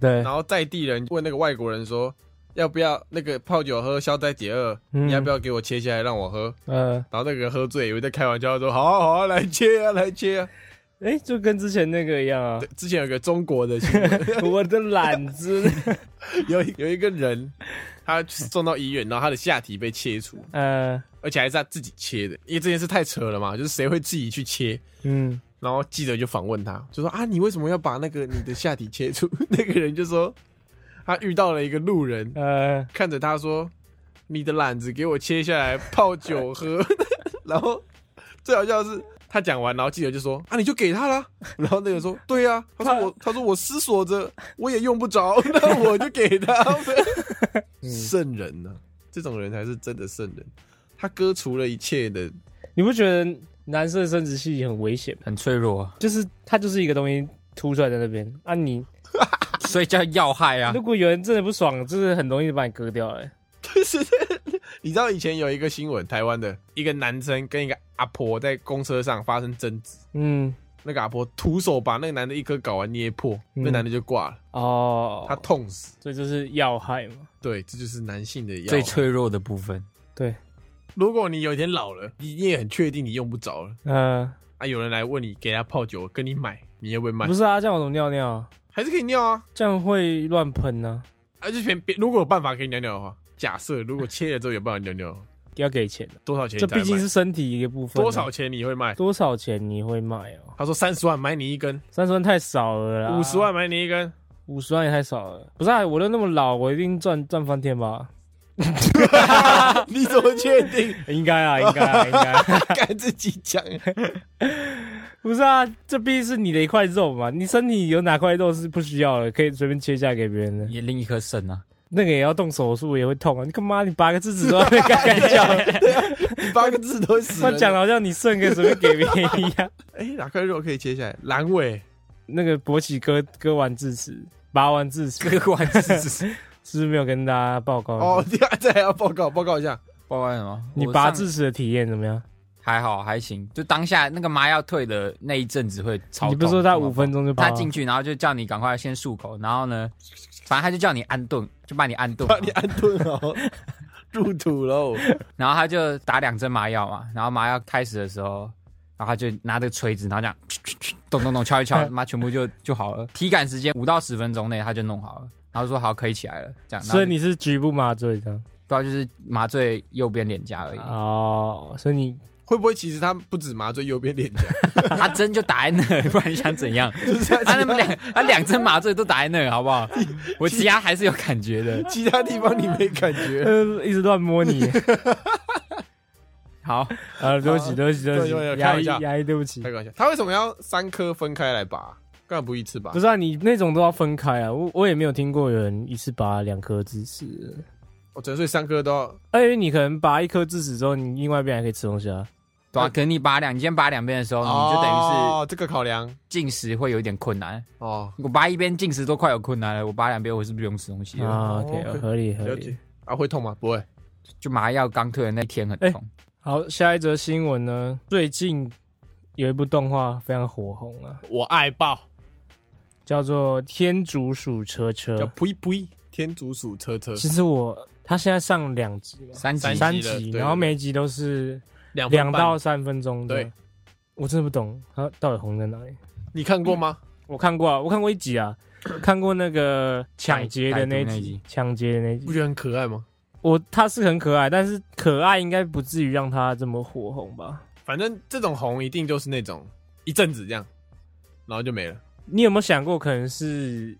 S3: 对
S2: 然，后在地人问那个外国人说，要不要那个泡酒喝消灾解厄？你要不
S3: 要？
S2: 要给我切下来让我喝？
S3: 呃，
S2: 然后那个人喝醉，以为在开玩笑，说好啊好啊，来切啊，来切啊。
S3: 哎，就跟之前那个一样啊
S2: 对，，之前有个中国的新闻，
S3: 我的懒子，
S2: 有一有一个人，他送到医院，然后他的下体被切除，
S3: 呃，
S2: 而且还是他自己切的，因为这件事太扯了嘛，就是谁会自己去切？
S3: 嗯，
S2: 然后记者就访问他，就说啊，你为什么要把那个你的下体切除？ 那个人就说，他遇到了一个路人，
S3: 呃，
S2: 看着他说，你的懒子给我切下来泡酒喝。 然后最好笑的是，他讲完，然后记者就说啊，你就给他啦。然后那个人说，对呀、他说我，他说我思索着，我也用不着，那我就给他们。圣人呢、这种人才是真的圣人，他割除了一切的
S3: 你不觉得男生的生殖器很危险吗？
S4: 很脆 弱，啊
S3: 就是它就是一个东西凸出来在那边啊你，
S4: 所以叫要害啊
S3: 如。果有人真的不爽，就是很容易就把你割掉哎、
S2: 就是你知道以前有一个新闻，台湾的一个男生跟一个阿婆在公车上发生争执，
S3: 嗯，
S2: 那个阿婆徒手把那个男的一颗睾丸捏破，
S3: 嗯
S2: 那男的就挂了，
S3: 哦，
S2: 他痛死。
S3: 所以就是要害嘛，
S2: 对，这就是男性的
S4: 最
S2: 要。
S4: 脆弱的部分，
S3: 对，
S2: 如果你有一天老了，你也很确定你用不着了
S3: 呃，
S2: 啊，有人来问你给他泡酒，跟你买，你要不要买
S3: 不？是啊，这样我怎么尿尿啊？
S2: 还是可以尿啊，
S3: 这样会乱喷啊呢，
S2: 而且别别，如果有办法给你尿尿的话，假设如果切了之后有办法尿尿的话，
S3: 要给钱的，
S2: 多少钱你
S3: 这
S2: 才会
S3: 毕
S2: 卖？
S3: 竟是身体一个部分啊、
S2: 多少钱你会卖？
S3: 多少钱你会卖哦？
S2: 他说三十万买你一根，
S3: 三十万太少了啦，
S2: 五十，万买你一根。
S3: 五十万也太少了。不是、啊，我都那么老，我一定赚赚翻天吧？
S2: 你怎么确定？
S3: 应该啊，应该 啊，应该啊、
S2: 敢自己讲？
S3: 不是啊，这毕竟是你的一块肉嘛，你身体有哪块肉是不需要的，可以随便切下给别人 的？
S4: 也另一颗肾啊。
S3: 那个也要动手术，也会痛啊！你干嘛？你拔个智齿都要被干干 叫，
S2: 你八个字都会死
S3: 他
S2: 人。
S3: 讲的好像你肾可以随便给别人一样。
S2: 哎，哪块肉可以切下来？阑尾。
S3: 那个勃起割割完智齿，拔完智齿，
S4: 割完智齿，
S3: 是不是没有跟大家报告？
S2: 哦，，第二这还要报告报告一下。
S4: 包括什 么？
S3: 你
S4: 我
S3: 拔
S4: 上
S3: 智齿的体验怎么样？
S4: 还好还行，就当下那个麻药退的那一阵子会超痛。
S3: 你不是说他
S4: 痛
S3: 五
S4: 啊
S3: 分钟就拔
S4: 他
S3: 吗？
S4: 进去，然后就叫你赶快先漱口，然后呢，反正他就叫你安顿，就把你安顿好，
S2: 把你安顿 好，入土喽。
S4: 然后他就打两针麻药嘛，然后麻药开始的时候，然后他就拿着锤子，然后这样咚咚咚敲一 敲，妈全部就就好了。体感时间五到十分钟内他就弄好了，然后说好可以起来了，这样。
S3: 所以
S4: 然后
S3: 你是局部麻醉的
S4: 主要就是麻醉右边脸颊而已，
S3: 哦，所以你
S2: 会不会其实他不止麻醉右边脸 颊，
S4: 他针就打在那，不然你想怎 样？
S2: 就是他
S4: 他
S2: 其
S4: 那
S2: 他
S4: 么两他两针麻醉都打在那，好不好？我其他还是有感觉的。
S2: 其他地方你没感觉？
S3: 呃一直乱 摸你
S4: 好，
S3: 啊！对不起，对不起，对不
S2: 对对对
S3: 起，
S2: 开
S3: 压
S2: 玩
S3: 抑
S2: 笑
S3: 压抑，对不起
S2: 开。个玩笑，他为什么要三颗分开来拔？干嘛不一次拔
S3: 不？是啊，你那种都要分开啊！我我也没有听过有人一次拔两颗智齿，
S2: 我只能说三颗都要。
S3: 而且你可能拔一颗智齿之后，你另外一边还可以吃东西啊。
S4: 对啊， 可能你拔两，你先拔两边的
S2: 哦
S4: 时候，你就等于是
S2: 哦这个考量
S4: 进食会有一点困难。
S2: 哦，
S4: 我拔一边进食都快有困难了，我拔两边我是不用吃东西了。
S3: 啊，OK，
S2: 哦
S3: 合理合
S2: 了
S3: 理
S2: 解。。啊，会痛吗？不会。
S4: 就麻药刚退的那天很痛，
S2: 哎
S3: 好，下一则新闻呢？最近有一部动画非常火红啊，
S1: 我爱爆，
S3: 叫做《天竺鼠车车
S2: 叫呸呸，天竺鼠车车》。，
S3: 其实我它现在上两集嘛，
S4: 三级
S1: 三
S3: 三
S1: 集了
S3: 集，
S2: 对
S3: 然后每一集都是
S2: 两分
S3: 两
S2: 半
S3: 到三分钟的。
S2: 对，
S3: 我真的不懂它到底红在哪里。
S2: 你看过吗？
S3: 我看过啊，我看过一集 啊，看过那个抢劫的那
S4: 歹徒那一
S3: 集
S4: 集，
S3: 抢劫的那集
S2: 不。觉得很可爱吗？
S3: 我它是很可爱，但是可爱应该不至于让它这么火红吧？
S2: 反正这种红一定就是那种一阵子这样，然后就没了。
S3: 你有没有想过，可能是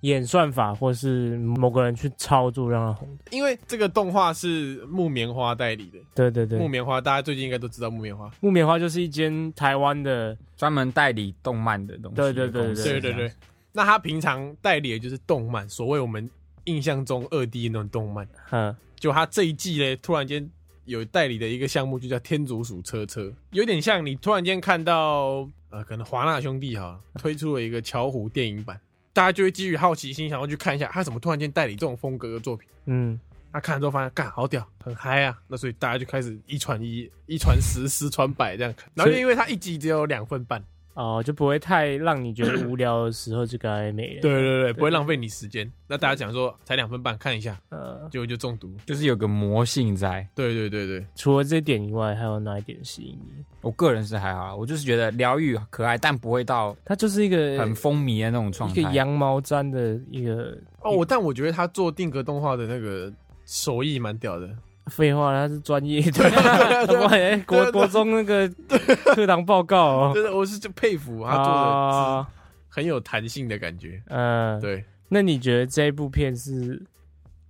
S3: 演算法，或是某个人去操作让它红？
S2: 因为这个动画是木棉花代理的，
S3: 对对对，
S2: 木棉花大家最近应该都知道木棉花。
S3: 木棉花就是一间台湾的，
S4: 专门代理动漫的东西。
S3: 对对对
S4: 公司
S2: 对对
S4: 这样
S2: 对，那他平常代理的就是动漫，所谓我们印象中二 D 那种动漫。
S3: 嗯，
S2: 就他这一季嘞，突然间有代理的一个项目，就叫天竺鼠车车，有点像你突然间看到呃，可能华纳兄弟哈推出了一个巧虎电影版，大家就会基于好奇心想要去看一下他怎么突然间代理这种风格的作品。
S3: 嗯，
S2: 他看了之后发现，干好屌，很嗨啊！那所以大家就开始一传一，一传十，十传百这样看。然后
S3: 所
S2: 就
S3: 以
S2: 因为他一集只有两份半，
S3: 哦，就不会太让你觉得无聊的时候就该没了。
S2: 对，对对，不会浪费你时间。那大家讲说才两分半，看一下，
S3: 呃，
S2: 结果就中毒。
S4: 就是有个魔性在。
S2: 对对对对，
S3: 除了这点以外，还有哪一点吸引你？
S4: 我个人是还好啦，啊我就是觉得疗愈可爱，但不会到
S3: 它就是一个
S4: 很风靡的那种状
S3: 一
S4: 态。
S3: 个羊毛毡的一个
S2: 哦，我但我觉得他做定格动画的那个手艺蛮屌的。
S3: 废话，他是专业 的， 我很国国中那个课堂报告哦。
S2: 真的，我是就佩服他做的
S3: 啊，
S2: 很有弹性的感觉。
S3: 嗯，
S2: 对，
S3: 那你觉得这一部片是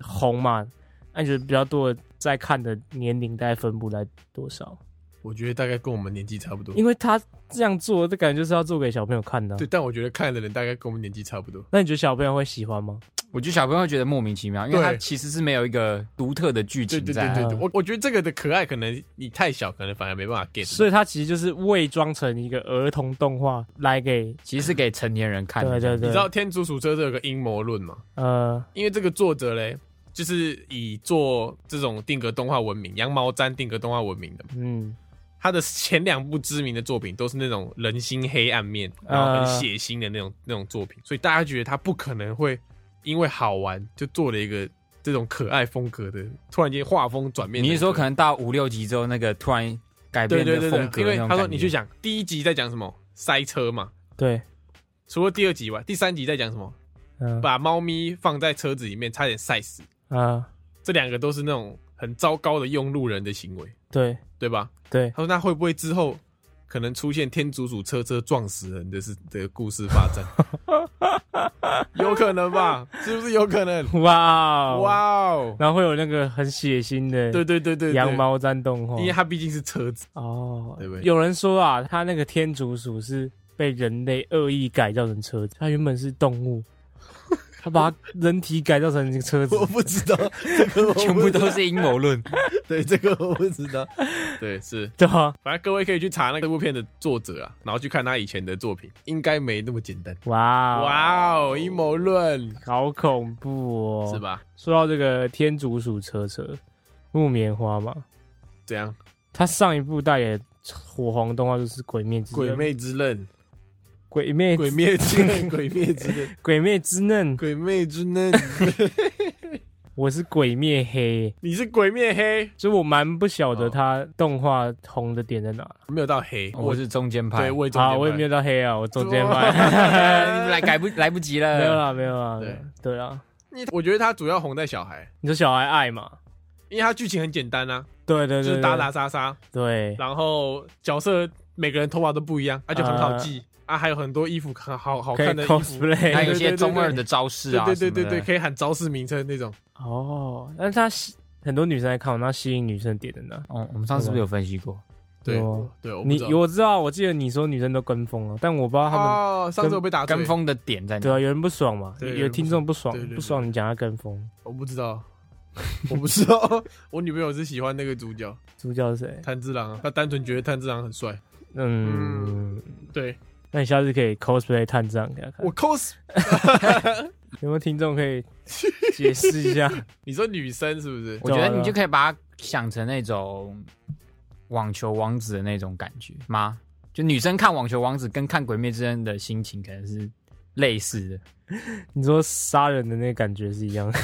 S3: 红嘛？那你觉得比较多的在看的年龄大概分布在多少？
S2: 我觉得大概跟我们年纪差不多。
S3: 因为他这样做，这感觉就是要做给小朋友看的啊。
S2: 嗯对，但我觉得看的人大概跟我们年纪差不多。
S3: 那你觉得小朋友会喜欢吗？
S4: 我觉得小朋友会觉得莫名其妙，因为
S2: 对
S4: 它其实是没有一个独特的剧
S2: 对
S4: 情
S2: 对
S4: 在
S2: 对
S4: 啊。
S2: 对对，我我觉得这个的可爱，可能你太小，可能反而没办法 get 到。
S3: 所以它其实就是伪装成一个儿童动画来给
S4: 其实是给成年人看的。
S3: 对对
S2: 你
S3: 对
S2: 知，道天竺鼠车这有个阴谋论吗？
S3: 呃，
S2: 因为这个作者嘞，就是以做这种定格动画闻名，羊毛毡定格动画闻名的嘛。
S3: 嗯，
S2: 他的前两部知名的作品都是那种人心黑暗面，然后很血腥的那种那种作品，所以大家觉得他不可能会因为好玩就做了一个这种可爱风格的，突然间画风转变。
S4: 你是说可能到五六集之后，那个突然改
S2: 对
S4: 变
S2: 对
S4: 的
S2: 对对，
S4: 风格
S2: 因
S4: 那
S2: 为
S4: 种
S2: 他说
S4: 感觉
S2: 你去想第一集在讲什么塞车嘛，
S3: 对，
S2: 除了第二集以外，第三集在讲什么
S3: 嗯
S2: 把猫咪放在车子里面差点塞死，
S3: 啊，
S2: 这两个都是那种很糟糕的用路人的行为，
S3: 对
S2: 对吧？
S3: 对，
S2: 他说那会不会之后可能出现天竺鼠车车撞死人的是的故事发展？有可能吧？是不是有可能？
S3: 哇 哦，
S2: 哇哦！
S3: 然后会有那个很血腥的
S2: 对对对对，对
S3: 羊，毛毡动画
S2: 因为它毕竟是车子，
S3: 哦
S2: 对不对
S3: 有人说啊，他那个天竺鼠是被人类恶意改造成车子，它原本是动 物，他把它人体改造成一个车子
S2: 我不知道这个我不知道，
S4: 全部都是阴谋 论。
S2: 对这个我不知道，对是，
S3: 对啊，
S2: 反正各位可以去查那个这部片的作者啊，然后去看他以前的作品，应该没那么简单。
S3: 哇哦，
S2: 哇哦，阴谋论
S3: 好恐怖哦，
S2: 是？吧？
S3: 说到这个天竺鼠车车木棉花嘛，
S2: 怎样？
S3: 它上一部带也火红的动画就是《鬼灭之刃
S2: 鬼魅之刃，
S3: 鬼 灭
S2: 鬼灭之刃，鬼灭之刃，
S3: 鬼灭之刃，
S2: 鬼灭之刃。
S3: 我是鬼灭黑，
S2: 你是鬼灭黑，
S3: 所以我蛮不晓
S2: 哦
S3: 得它动画红的点在哪。
S2: 没有到黑，
S4: 我是中间派
S2: 对，我也中间
S3: 哦好，我也没有到黑啊，我中间 卖。
S2: 派
S4: 来改不来不及
S3: 没有
S4: 了。
S3: 啦，没有
S2: 哎
S3: 啦，
S2: 对
S3: 对啊，
S2: 你我觉得他主要红在小孩，
S3: 你说小孩爱嘛？
S2: 因为他剧情很简单啊，
S3: 对对
S2: 就
S3: 对，
S2: 是打
S3: 对
S2: 打杀杀，
S3: 对
S2: 然后角色每个人头发都不一样，而且很好记啊，还有很多衣服很好好
S3: 可以
S2: 看的衣服。哎
S3: cosplay
S4: 还有一些中二的招式啊，
S2: 对对对对
S4: 什么
S2: 对，
S4: 的
S2: 可以喊招式名称那种。
S3: 哦，但是他吸很多女生在看，那吸引女生点的呢？
S4: 哦，我们上次是不是有分析过？
S2: 对
S3: 有
S2: 对，我不
S3: 哦你
S2: 知道
S3: 我知道，我记得你说女生都跟风了，啊但我不知道他们
S2: 哦，上次我被打
S4: 跟
S2: 跟，
S4: 风的点在
S3: 对
S4: 哪？
S3: 啊，有人不爽嘛，
S2: 对有人
S3: 有听众不爽
S2: 对对，对
S3: 不爽你讲他跟风，
S2: 我不知道， 我不知道， 我女朋友是喜欢那个主角
S3: 主角是谁？
S2: 炭治郎啊，她单纯觉得炭治郎很帅。
S3: 嗯，
S2: 对
S3: 那你下次可以 cosplay 探长给他看
S2: 我，cos，
S3: 有没有听众可以解释一下？
S2: 你说女生是不是？
S4: 我觉得你就可以把它想成那种网球王子的那种感觉吗？就女生看网球王子跟看鬼灭之刃的心情可能是类似的。
S3: 你说杀人的那个感觉是一样的，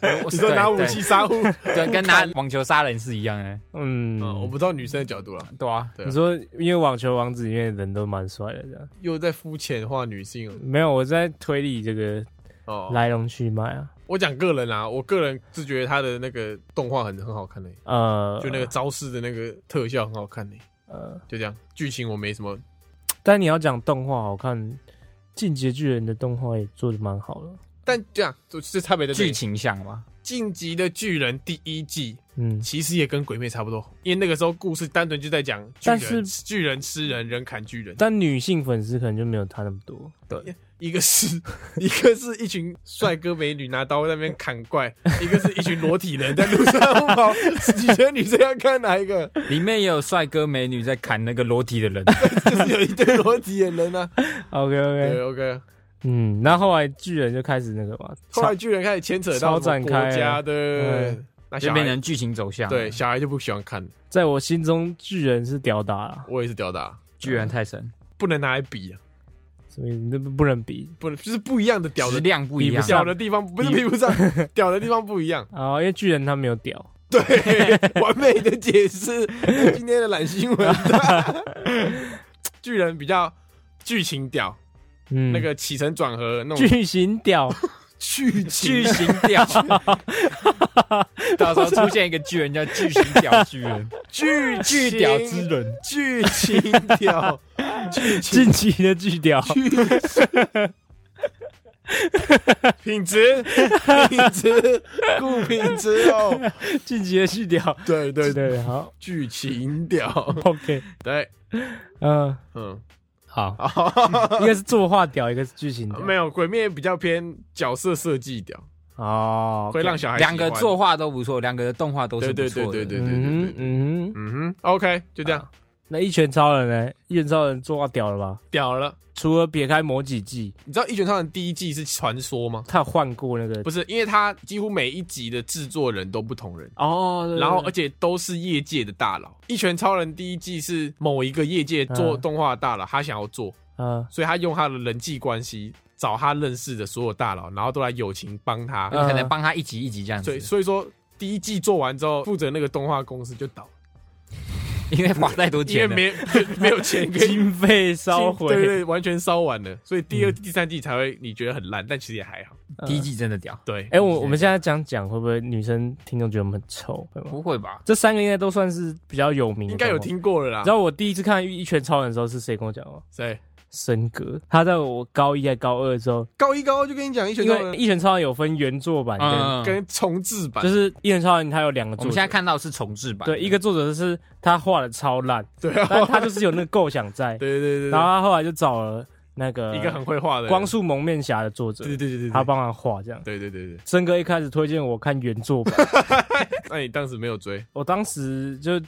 S2: 你说拿武器 杀呼？
S4: 对， 对，对跟拿网球杀人是一样的，
S3: 嗯，
S2: 嗯，我不知道女生的角度了，
S4: 对啊。
S2: 对啊
S3: 你说，因为网球王子里面的人都蛮帅的，这样
S2: 又在肤浅化女性了
S3: 没有我在推理这个
S2: 哦。
S3: 来龙去脉啊。
S2: 我讲个人啊，我个人是觉得他的那个动画很很好看的，
S3: 呃，
S2: 就那个招式的那个特效很好看的，
S3: 呃，
S2: 就这样。剧情我没什么，
S3: 但你要讲动画，我看《进击的巨人》的动画也做的蛮好的。
S2: 但这样就是差别的
S4: 剧情像嘛，
S2: 晋级的巨人》第一季
S3: 嗯，
S2: 其实也跟鬼灭差不多红，因为那个时候故事单纯就在讲巨人，
S3: 但是
S2: 巨人吃人，人砍巨人，
S3: 但女性粉丝可能就没有他那么多。对，
S2: 一个是 一个是一群帅哥美女拿刀在那边砍 怪，一个是一群裸体人在路上跑，你觉得女生要看哪一 个？
S4: 里面也有帅哥美 女在砍那个裸体的人，
S2: 就是有一堆裸体的人啊。
S3: OK
S2: 对
S3: OK，
S2: ，OK，
S3: 嗯，然后后来巨人就开始那个嘛，
S2: 后来巨人开始牵扯到什么
S3: 超展
S2: 国
S3: 开
S2: 家
S3: 啊
S2: 的
S3: 嗯，
S2: 那
S4: 就
S2: 小
S4: 变
S2: 孩
S4: 成剧情走向。
S2: 对，小孩就不喜欢看，
S3: 在我心中巨人是屌打啊，
S2: 我也是吊打，
S4: 巨人泰神
S2: 不能拿来比啊，
S3: 所以你这不能比
S2: 不能就是不一样的屌
S4: 质
S2: 的
S4: 量不一
S3: 比
S4: 样
S3: 不，上
S2: 屌的地方，不是比不上，屌的地方不一样。
S3: 啊，因为巨人他没有屌，
S2: 对，完美的解释今天的懒新闻。巨人比较剧情屌，
S3: 嗯，
S2: 那个起承转合那种
S3: 巨型 屌，
S2: 剧情
S4: 巨型屌， 到时候出现一个巨人叫巨型屌巨人，
S2: 剧
S4: 巨屌之 人，
S2: 剧情屌剧情
S3: 近期的巨 屌，
S2: 剧情品质品质顾品质哦，
S3: 近期的巨屌，
S2: 对对对，
S3: 对，好
S2: 剧情屌
S3: ，OK，
S2: 对，
S3: 嗯，
S2: 嗯，
S4: 好，
S3: 一个是作画屌，一个是剧情屌，
S2: 没有鬼灭比较偏角色设计屌，
S3: 哦，
S2: 会让小孩
S4: 两个
S2: 喜欢
S4: 作画都不错，两个的动画都是
S2: 对
S4: 不
S2: 对
S4: 错
S2: 对
S4: 的。
S2: 对对对对
S3: 嗯
S2: 对，
S3: 嗯，
S2: 嗯哼，OK，就这样，
S3: 那一拳超人呢？一拳超人作画屌了吧？
S2: 屌了。
S3: 除了撇开某几季，
S2: 你知道《一拳超人》第一季是传说吗？
S3: 他有换过那个
S2: 不是，因为他几乎每一集的制作人都不同人，
S3: 哦，对
S2: 然后而
S3: 对
S2: 且都是业界的大佬。《一拳超人》第一季是某一个业界做
S3: 嗯
S2: 动画的大佬，他想要做，
S3: 嗯
S2: 所以他用他的人际关系找他认识的所有大佬，然后都来友情帮他。
S3: 嗯
S4: 可能帮他一集一集这样
S2: 所
S4: 子
S2: 以，所以说第一季做完之后，负责那个动画公司就倒了，
S4: 因为花太多
S2: 因为
S4: 钱 了。
S2: 没没有钱可以。
S3: 经费烧毁，
S2: 对对，完全烧完了，所以第二、第三季才会你觉得很烂，但其实也还好。
S3: 嗯
S4: 第一季真的屌，
S2: 对，
S3: 哎，我我们现在讲讲会不会女生听众觉得我们很臭？会吗
S4: 不会吧？
S3: 这三个应该都算是比较有名，
S2: 应该有。听过了啦
S3: 你知。道我第一次看《一拳超人》的时候是谁跟我讲吗？
S2: 谁？
S3: 森格，他在我高一还高二的时候，
S2: 高一高二就跟你讲，一拳
S3: 因
S2: 超
S3: 为
S2: 人
S3: 《一拳超人》有分原作版跟，
S4: 嗯，
S2: 跟重置版，
S3: 就是《一拳超人》它有两个
S4: 我
S3: 作
S4: 们
S3: 者
S4: 现在。看到是重置版的，
S3: 对，一个作者是他画的超烂，
S2: 对啊，，
S3: 但他就是有那个构想在
S2: 对对对
S3: 然后
S2: 对，
S3: 他后来就找了那个
S2: 一个很会画的
S3: 光，速蒙面侠的作者
S2: 对，对对对，对
S3: 他，帮他画这样。
S2: 对对对对，
S3: 森哥一开始推荐我看原作版，
S2: 那你当时没有 追，
S3: 我当时就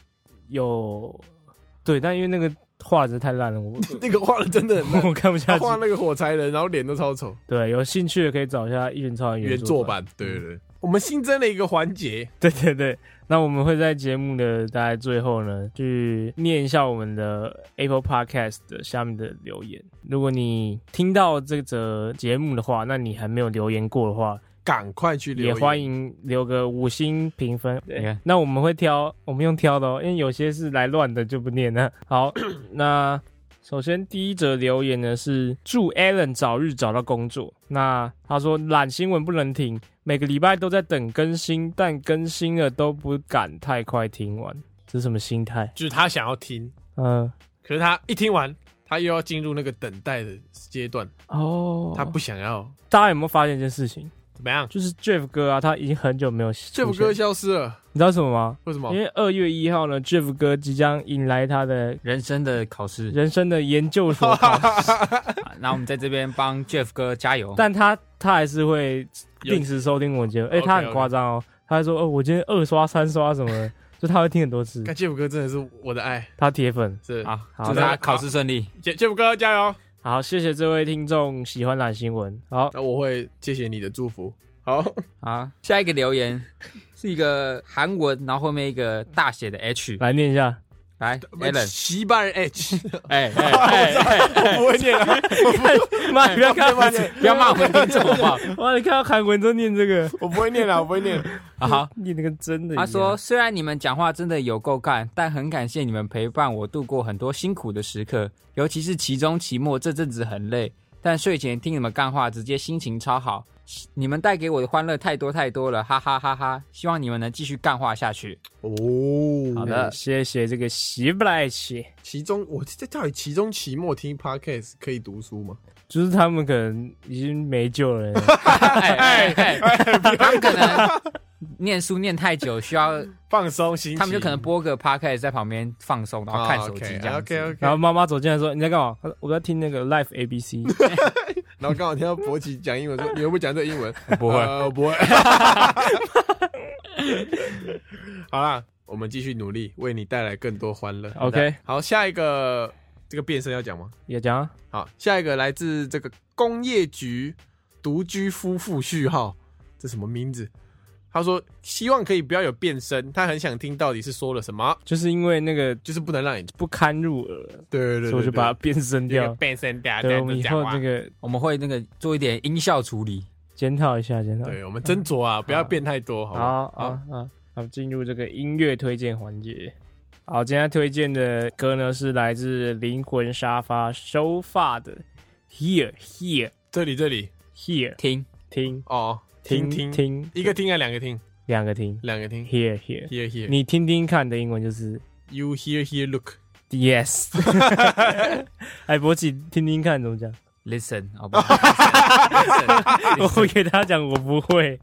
S3: 有对，但因为那个画质太烂了，我
S2: 那个画的真的很烂
S3: 我看不 下
S2: 他
S3: 去。
S2: 画那个火柴人，然后脸都超丑，
S3: 对，有兴趣的可以找一下《一拳超人》
S2: 原作
S3: 作版。
S2: 版，对对
S3: 嗯
S2: 对。我们新增了一个环节，
S3: 对对对，那我们会在节目的大概最后呢，去念一下我们的 Apple Podcast 的下面的留言。如果你听到这则节目的话，那你还没有留言过的话，
S2: 赶快去留
S3: 也
S2: 言，
S3: 欢迎留个五星评分。
S4: 你看
S3: 那我们会挑，我们用挑的哦，因为有些是来乱的就不念了。 好，那首先第一则留言呢是祝 Alan 早日找到工作。那他说懒新闻不能停，每个礼拜都在等更新，但更新了都不敢太快听完，这是什么心态？
S2: 就是他想要听，
S3: 嗯、
S2: 可是他一听完，他又要进入那个等待的阶段，
S3: 哦，
S2: 他不想要
S3: 大家有没有发现一件事情？
S2: 怎么样？
S3: 就是 Jeff 哥啊，他已经很久没有
S2: 这首
S3: 出现
S2: 歌，消失了，
S3: 你知道什么吗？
S2: 为什么
S3: 因？为二月一号呢，Jeff 哥即将迎来他的
S4: 人生的考试，
S3: 人生的研究所考 试
S4: 啊那我们在这边帮 Jeff 哥加油。
S3: 但他他还是会
S2: 有
S3: 定时收听我节目，哎、
S2: OK，
S3: 他很夸张哦，他还说哦，我今天二刷三刷什么的，就他会听很多次
S2: 看，杰夫哥真的是我的爱，
S3: 他铁粉。
S2: 是
S4: 好，
S3: 好
S4: 啊祝大家考试顺利。
S2: 杰杰夫哥加油！
S3: 好，谢谢这位听众喜欢懒新闻。好，
S2: 那我会谢谢你的祝福。 好，
S4: 好，啊下一个留言是一个韩文，然后后面一个大写的 H，
S3: 来念 一下，
S4: 来，Alan，
S2: 西班牙 H，
S4: 哎哎哎 哎，
S2: 我不会念啊，
S3: 妈，你不要看我，
S4: 不要骂我们听众好不好？
S3: 哇，你看到韩文都念这个，
S2: 我不会念啊，我不会念。
S4: 好，
S3: 念那个真的一样。
S4: 他说：“虽然你们讲话真的有够干，但很感谢你们陪伴我度过很多辛苦的时刻，尤其是期中、期末这阵子很累，但睡前听你们干话，直接心情超好。你们带给我的欢乐太多太多了，哈哈哈哈！希望你们能继续干话下去。
S2: 哦，
S4: 好
S3: 嗯
S4: 的，
S3: 谢谢这个喜不来气，
S2: 期中我这到底期中期末听 podcast 可以读书吗？
S3: 就是他们可能已经没救了。
S4: 哎哎哎，他们可能念书念太久，需要
S2: 放松心情，啊
S4: 他们就可能播个 podcast 在旁边放松，然后看手机这样
S2: OK
S4: 子。
S2: OK，
S3: 然后妈妈走进来说：“你在干嘛？”他说：“我在听那个 Life ABC。”
S2: 然后刚好听到博奇讲英文，说你会不会讲这英文？
S4: 不会
S2: 呃我 不会。 好啦，我们继续努力，为你带来更多欢乐。
S3: OK
S2: 好，下一个这个变身要讲吗？
S3: 也讲啊
S2: 好，下一个来自这个工业局独居夫妇序号，这什么名字？他说希望可以不要有变身，他很想听到底是说了什么，
S3: 就是因为那个
S2: 就是不能让你
S3: 不堪入耳，
S2: 对对对
S3: 所以我就把它变身
S2: 那个
S3: 掉。
S2: 变身掉，
S3: 对，我们以后
S2: 这
S3: 那
S2: 个，
S3: 个
S4: 我们会那个做一点音效处理。
S3: 检讨一下，检讨。
S2: 对我们斟酌啊，不要变太多，好吧？
S3: 好好好，好，进入这个音乐推荐环节。好，今天推荐的歌呢是来自灵魂沙发收发的《Here Here
S2: 这里这里
S3: Here》，
S4: 听，
S3: 听
S2: 哦，听
S3: 听
S2: 听，
S3: 听，
S2: 一个听啊，两个听，
S3: 两个听
S2: 两个听
S3: ，Here Here，
S2: ，here here，
S3: 你听听看的英文就是
S2: you here here look，
S3: Yes。哎，博奇，听听看怎 么讲？
S4: Listen，好不好？Listen，
S3: 我会给他讲，我不会。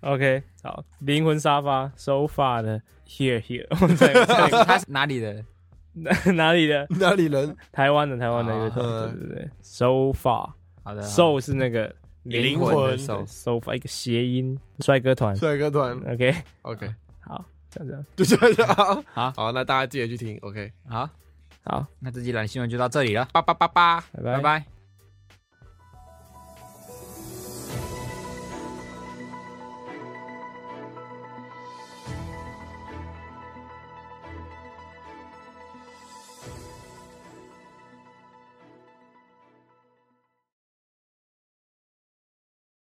S3: OK，好，灵魂沙发收发的 Here Here，我们再
S4: listen 他是哪里的？
S3: 哪哪里的？
S2: 哪里人？
S3: 台湾的台湾的乐
S2: 啊
S3: 团，对对对，so far
S4: 好的，
S3: so 是那个
S2: 灵
S4: 魂的
S2: 魂
S4: soul
S3: so far 一个谐音，帅哥团
S2: 帅哥团
S3: ，OK，
S2: ，OK，
S3: 好，这样这样，
S2: 就这样
S4: 好
S2: 好，那大家记得去听，OK，
S4: 好，
S3: 好，
S4: 那这期懒新闻就到这里了，叭叭叭叭，
S3: 拜拜
S4: 拜拜。